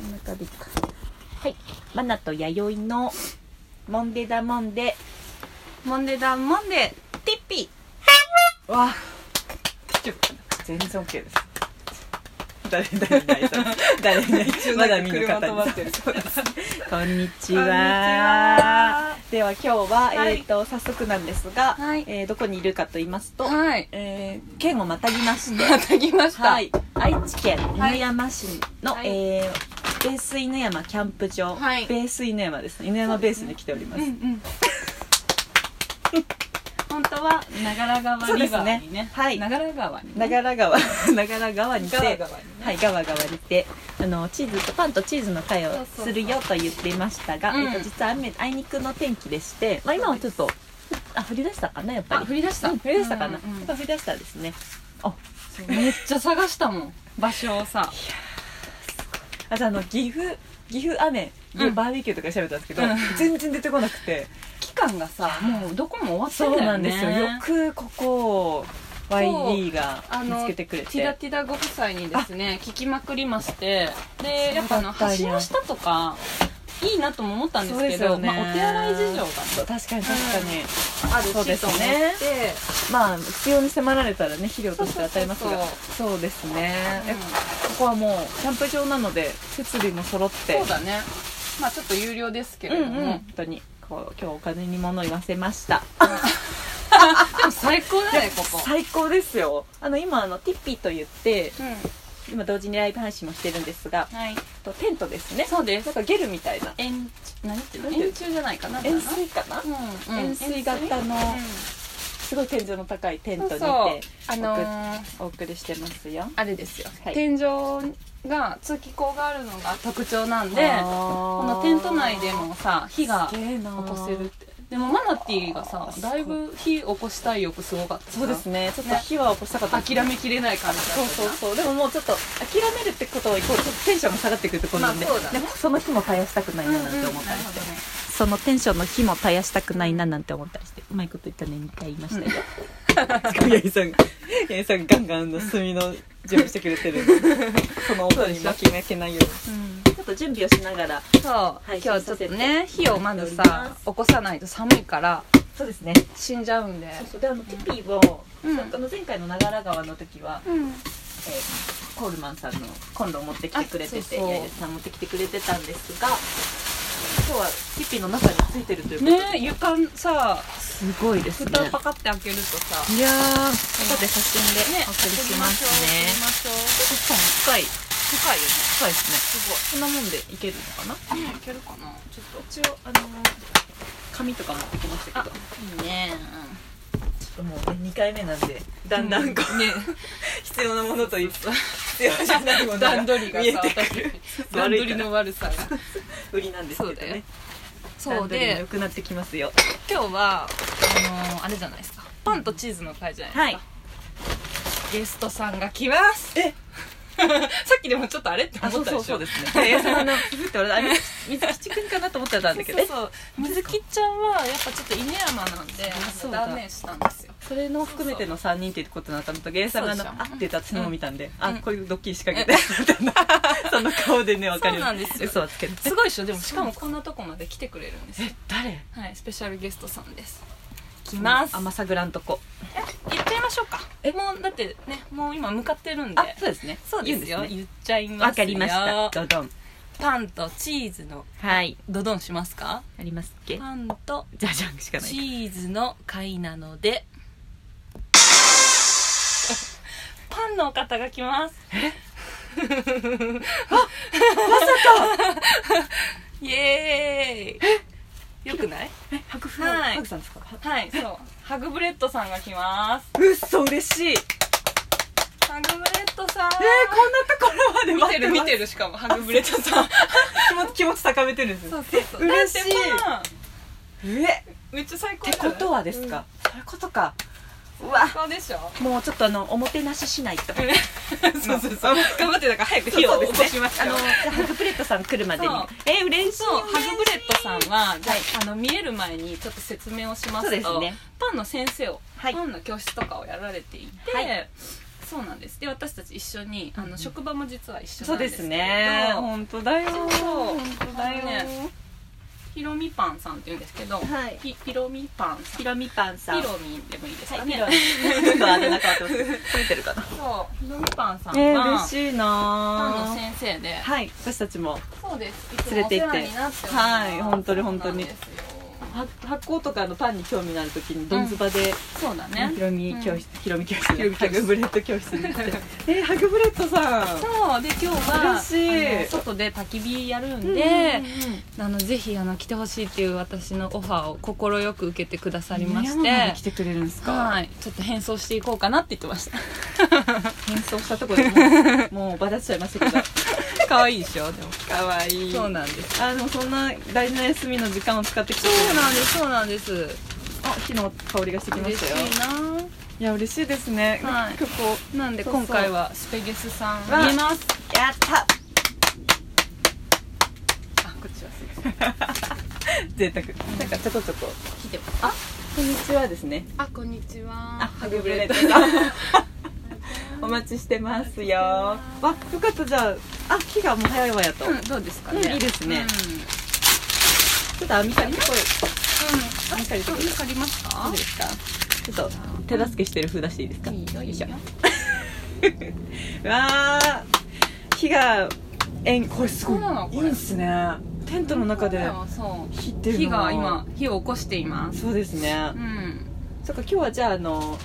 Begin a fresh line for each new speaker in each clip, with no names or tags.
んな感じかはいマナと弥生のモンデダモンデ
モンデダモンデ
ティッピ
わ
全然 OK です誰誰誰 誰誰まだ見ぬ方に
車止まってるそうです
こんにち
こんにちは
はでは今日は、
はい
えっ、と早速なんですが、
はい
えーどこにいるかと言いますと、
はい
えー県をまたぎまして
また来ました
はい、愛知県犬山市の、
はい
えーベース犬山キャンプ場、
はい
ベース犬山ですね犬山ベースに来ておりま
うんう
す、
ん 本当は長良川
そうで
リ
す
バ
ね
ーにね
はい
長良川にね
長良川長良川にて
長良川にね
はい川川にてあのチーズとパンとチーズの会を
そうそう
するよと言っていましたが
うん
えっと実は雨あいにくの天気でして、まあ、今はちょっとあ降り出したかなやっぱ
あ
り
振り出した
うん降り出したかな、
うんうん
やっぱ降り出したですね
そうめっちゃ探したもん場所をさ
あとあの岐阜岐阜雨で
うん
バーベキューとか喋ったんですけど、
うん
全然出てこなくて
期間がさもうどこも終
そ
わっ
う
てん
な
だよ
ん
ね
ですよよくここを YD が
あ
見
の
つけてくれ
ティダ
て
ティダご夫妻にですね聞きまくりましてでやっぱあの
そうだったんや
橋の下とかいいなとも思ったんですけどまあ、お手洗い事情が
そう確かに確かに、
あるし
そうですね
と思って
まあ必要に迫られたらね肥料として与えますがそう
そう
ですね、
うん
えここはもうキャンプ場なので設備も揃って
そうだねまあちょっと有料ですけ
う
れ
ん
ど
うん
も、
本当にこう今日お金に物言わせました
でも最高だねここ
最高ですよあの今あのティッピーと言って
うん
今同時にライブ配信もしてるんですが
はい
とテントですね
そうで
な
す
んかゲルみたいな
円何ていう
なんて
の
いう
円柱じゃないかな
円錐かな、
うん、うん、
円錐型の
うん
すごい天井の高いテント
そ
に
う
て
そうあのー
お送りしてますよ
あれですよ、
はい
天井が通気口があるのが特徴なんでこ
こ
のテント内でもさ火が
す
起
げえな
こせるってでもマナティーがさだいぶ火起こしたい欲すごかった
そうです
ね
ねちょっと火は起こしたかった
諦めきれない感じだった
そうそうそうでももうちょっと諦めるってことをイコールちょっとテンションも下がってくるところなんで、
まあそうだね
でもその火も絶やしたくない
うんう
なんなん
な
て
る
思
ほ
ったりして、
どね
そのテンションの火も絶やしたくないななんて思ったりしてうまいこと言ったね2回言いましたよ、 八重さん八重さんガンガンの炭の準備してくれてるその音に負け負けないように
うん
ちょっと準備をしながら
そう、
はい
今日ちょっとね火をまず
やっており
さ
ます
起こさないと寒いから
そうですね
死んじゃうんで
そうそうであのティピーを、
うん
なんかあの前回の長良川の時は、
うん
えーコールマンさんのコンロを持ってきてくれて
あそ
て
うそう
八重さん持ってきてくれてたんですが今日はティピーの中についてるということで、
ね床さ
すごいですね
蓋パカって開けるとさ
いやー後で写真で
ね
お送りしますね
送りましょう送りましょう
深い
深いよね
深いですね
す
こんなもんでいけるのかな
ごいねいけるかなちょっと
一応あのー紙とか持ってきましたけどちょ
いいね
っともうね2回目なんでだんだんこう、
ね
必要なものと必要じゃないものが
段取りが
見え
さ
てく
私
る
段取りの悪さが
売りなんですけど
そうだよ
ね
そう
段取りも
で
良くなってきますよ
今日はあのーあれじゃないですかパンとチーズの会じゃないです
は
か、
い
ゲストさんが来ます
え
さっきでもちょっとあれって思ったでしょ
ですね矢さんの気づいて俺あれ水吉くんかなと思ってたん だけど
そうそう水木ちゃんはやっぱちょっと犬山なんで
あそうだ
断念したんですよ
それの含めての3人ってことなのかなと芸さんがあの
そうでし
あ
ょ
って言った私のも見たんで、あ
うん
こういうドッキリ仕掛けて その顔でね分かる
そうなんですよ
嘘はつける
すごいでしょでもしかもこんなとこまで来てくれるんですよ
誰
はいスペシャルゲストさんです来ます
甘さぐらんとこ
え言っちゃいましょうか
え
もうだってねもう今向かってるんで
あそうですね
そうですよ
言んね
言っちゃいますよ
わかりましたドドン
パンとチーズの
はい
ドドンしますか
ありますっけ
パンと
じゃじゃんしかない
チーズの会なので パンのお方が来ますえ まさかイエーイよくない
え白風
はい
白さんですか
はいそうハグブレッドさんが来ます
うっそ嬉しいえー、
ハグブレッドさん
こんなところまで
見
待
て
って
る見
る
てるしかもハグブレッドさん
気持ち気持ち高めてるんです
そうそうそう
嬉しい
だってパ
えっ
ンめっちゃ最高
て
じゃない
ことはですか、そういうことかうわ
うんそうでしょ
もうちょっとあのおもてなししないと
そうそうそう頑張ってだから早く火を起こしましょう
あのじゃあハグプレットさん来るまでに
そう
え嬉しい
そうハグブレットさんは、じゃあ
はい
あの見える前にちょっと説明をしま
そう
す
です
と
ね
パンの先生を、
はい
パンの教室とかをやられていて、
はい
そうなんですで私たち一緒にあ
うん
の職場も実は一緒
そ
な
うん
で
です
け
す
ど
ね本当だよ
そうそう
本当だよ、
あのひろみパンさんって言うんですけど、
はい
ひピロミパンさん
ひろみパンさん
ピロミンでもいいです
は
か
いピ
ね、
ロミちょっとあれなかった見てる かな
そうひろみパンさん
え
は、
嬉しいな
パンの
ぁ
先生で
はい私たちも
そうですいつ
連れ
もお
て
世
行って
話になっております
はい本当に本当に
そうなんですよ
は発酵とかのパンに興味のある時にどんずばで、
そうだね
ひろみ教室、ひろみ教室
ひろみ教
ハ
室
グブレッド教室に行ってえー、ハグブレッドさん
そうで今日は
嬉しい
あの外で焚き火やるん
うん
で、あのぜひあの来てほしいっていう私のオファーを快く受けてくださりまし
山まで来
て
てくれるんですか、
はいちょっと変装していこうかなって言ってました
変装したところでもう もうバラしちゃいましたけど
可愛いでしょでも
かわいい
そうなんです
あでもそんな大事な休みの時間を使ってきて
そうなんですそうなんです
あ火の香りがしてきま
嬉
し
した
よ
いない
や嬉しいですね、
はい
結構
なんで
そうそう
今回はスペゲスさん
わ
見えます
やった
あこっちは
贅沢なんかちょこちょこ
来てますあ
こんにちはですね
あこんにちは
ハグブレッド だお待ちしてますよわよかったじゃああ火がもう早いわやと、
うんどうですかね、
うんいいですねちょっと網借りこれ
うん、
網借りて
う
く
ん、
る
あかります
い
か
いですかちょっと手助けしてる風出していいですか
よい
いし
し
ょ
ょ
わあ火がえんこれすごい
そうなの
い
こ
い
れ
んすねテントの中で
そう
火っていう
火
のは
が今火を起こしています
そうですね
うん
そっか今日はじゃああの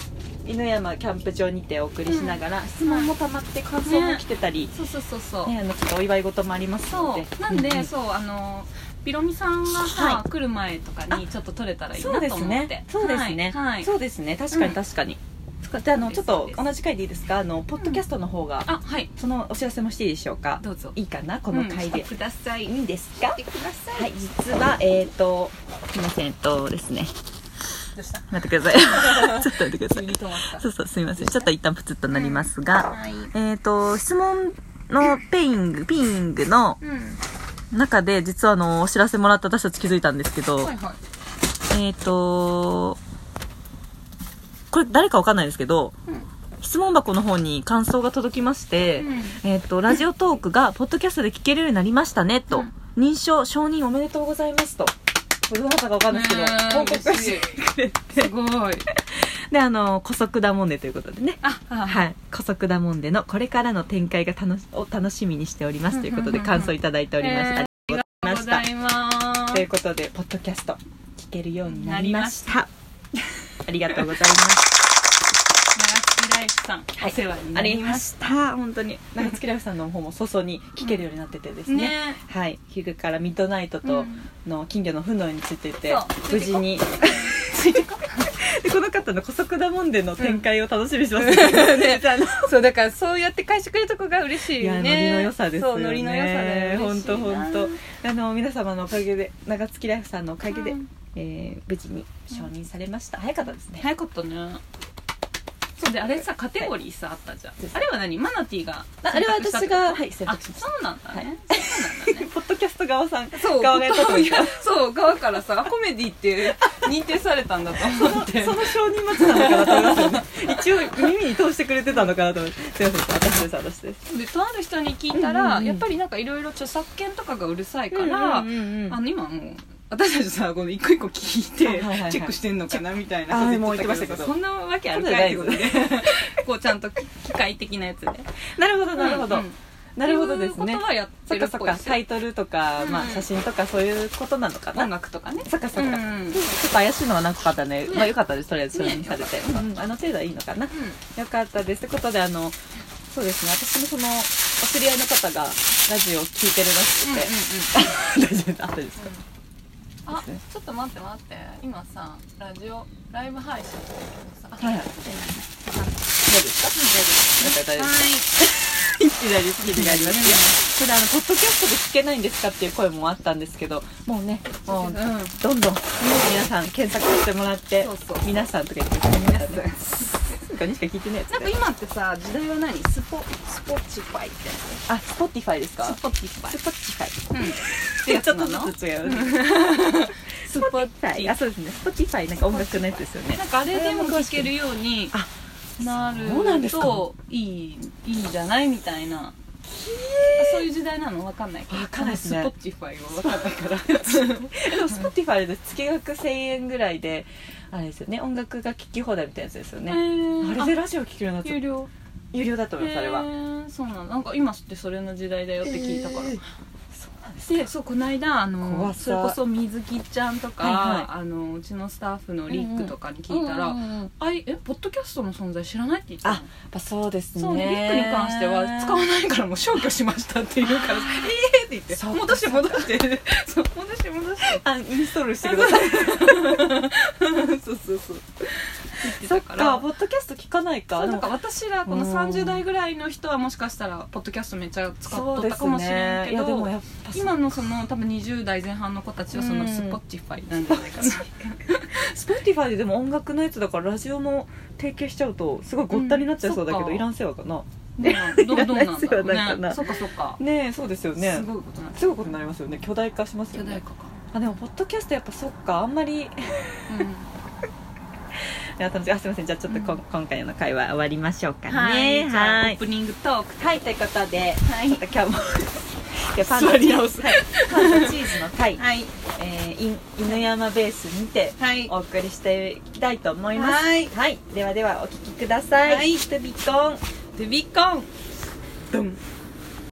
犬山キャンプ場にてお送りしながら、質問もたまって感想も来てたり、
そうそうそうそう、
ねあのちょっとお祝い事もありますの
そ
で
うなんで、
うう
そうあのピロミさんがさ、
は
来る前とかにちょっと撮れたらいい
そう
な
で
と
す
思っ
ね
て
そうですね、
はい、はい
そうですね確かに確かに、そっかじゃああのちょっ
そう
と
です
同じ回でいいですかあのポッドキャストの方が、
あはい
そのお知らせもしていいでしょうか
どうぞ
いいかなこの回で
うん、、してください
いいですか
てくださ
はい、実は、えっ、ー、と、すみません、えっとですね、
どうした
待 ってください。ちょっと待ってくださ
急
い
に。止まった
そうそう、すみません、ちょっと一旦プツッとなりますが、
はい
えっ、ー、と、質問のペイング、ピーイングの
うん
中で、実はあの、お知らせもらった私たち気づいたんですけど、
はいはい
えっ、ー、と、これ誰かわかんないですけど、質問箱の方に感想が届きまして、
うん
えっ、と、ラジオトークが、ポッドキャストで聞けるようになりましたね、と。
うん
認証、承認おめでとうございます、と。これどなたかわかんないですけど、報告
うん
して
すごい
で、あの、古速だもんでということでね。
ああ
はい。古速だもんでの、これからの展開が楽し、を楽しみにしております、ということで、
うんうんうんうん
感想いただいております。
え
あ
ー
りがとうございま
ご
し
ざ
た。
います
ということで、ポッドキャスト、聞けるようになりました。ありがとうございます。
長月ライフさん、
はい
お世話に
あ
なり
り
ま
ま
し
した。本当に。長月ライフさんの方も早々に聞けるようになっててです
た
ね。
ね
はい、ヒグからミッドナイト
う
と
ん
の金魚の糞のについてて、
そう
無事に でこの方の「古速だもんで」の展開を楽しみにし ます、ねあの
そうだからそうやって返してくれるとこが嬉しい
いや
よ
ノ
ね
リの良さですよね
そうノリの良さだよ
本当本
嬉しいな
当あの皆様のおかげで長月ライフさんのおかげで、
うん
えー無事に承認されました、早かったですね
早かったねそうであれさカテゴリーさあったじゃん
はい
あれは何マナティーが
ああれは私がはい選
あ
択しまし
そうなんだねそうなんだね
ポッドキャスト側さん
そう
側がやったというか
そう側からさコメディって認定されたんだと思って
その承認待ちなのかなと思いますよね一応耳に通してくれてたのかなと思ってすいません私です私です
でとある人に聞いたら、
うんうんうん
やっぱりなんかいろいろ著作権とかがうるさいから、
うんうんうんうん
あの今もう私たちさこの一個一個聞いて
あはいはいはい
チェックしてんのかなみたいな
あ
こと
ーもう言ってました
け
けど
どそんなわけある
そうじゃ
か
ないい
ってことでこうちゃんと機械的なやつで
なるほどなるほど、
うんうん
なるほどです
ってい
ね
うことはやって
そっ
る
か
っ
そっ
ぽい
か
です
タイトルとか、
うん
まあ、写真とかそういうことなのかな
音楽とかね
そっかそっか、
うん
ちょっと怪しいのはなかったね、まあよかったですとりあえず承認されて、
ねよかった
うんうんあの程度はいいのかな、
うん
よかったですということであのそうですね私もそのお知り合いの方がラジオを聞いてるらし
うんうんうん
くて、大丈夫あとですか、
あちょっと待って待って今さラジオライブ配信してるけどさ
はいはい大丈夫ですか大丈夫です大丈夫ですいきなりスキルがありますよそれであのポッドキャストで聞けないんですかっていう声もあったんですけどもうねもう
はいうん
どんどん皆さん検索してもらって
そうそう
皆さんとか言ってくれて皆さんかにしか聞いてないやつ
なんか
ね
今ってさ時代は何スポスポチファイってや
あ Spotify ですか
つスポティファイ
スポティファ
うんって
イ
や
ちょ
つ
っ
な
と
の
ずつ違うスポティファイあそうですね Spotify なんか音楽のやつですよね
なんかあれでも聴けるように
あ
なる
そうなんですか
といいいいんじゃないみたいなそういう時代なのわかんないけど
わかんないですね
スポッチファイはわかんないから
で も Spotify で月額1000円ぐらいであれですよね音楽が聴き放題みたいなやつですよ
え
ね、
ー
あれでラジオ聴けるようになっ
あ
ちゃ
有
った
料
有料だと思いますあれは、
へーそうなのなんか今ってそれの時代だよって聞いたから、
えーそうなんです
でそうこの間あ
怖
の
さ
それこそ水木ちゃんとか、
はいはい
あのうちのスタッフのリックとかに聞いたら「
うんうんうんやっ
あいえポッドキャストの存在知らない?」って言ってたの
あぱそうですね
そうリックに関しては使わないからもう消去しましたって言うから ええって言って
そうか
戻して戻して そう戻して戻して
あインストールしてくだ さい
そうそうそう言って
そ
た
っか
か
らポッドキャスト聞かないか
そうなん
で
か
も
私らこの30代ぐらいの人はもしかしたらポッドキャストめっちゃ使っとったかもしれ
そうで
んけ
すねいやでも
ど
やっぱそう
今のその多分20代前半の子たちはそ
うん
のスポッチファイなんじゃないかな
Spotify ででも音楽のやつだからラジオも提携しちゃうとすごいごったになっちゃいそうだけど、
うんそっか
いらんせわかな
ねどうどうな
いら
んだろう
ないっすよなんか
ね
な
そっかそっか
ねえそうですよね
すごいことなんです
すごいことになりますよね巨大化しますよ
巨大
ね
化か
あでもポッドキャストやっぱそっかあんまり
うん
いや楽しいあすいませんじゃあちょっとこ、
うん
今回の会話終わりましょうかね
はいじゃあ
は
オー
い
プニングトーク
はいということで
は
ち
い
ょっと今日もいやパン
座
ダチ
り
ー
直
ズ
す
はいパンダチーズの会、
はい
えー、い犬山ベースにて
はい
お送りしていきたいと思います
はい
ではではお聞きください
はい
トゥビコン
ルビコン
ドン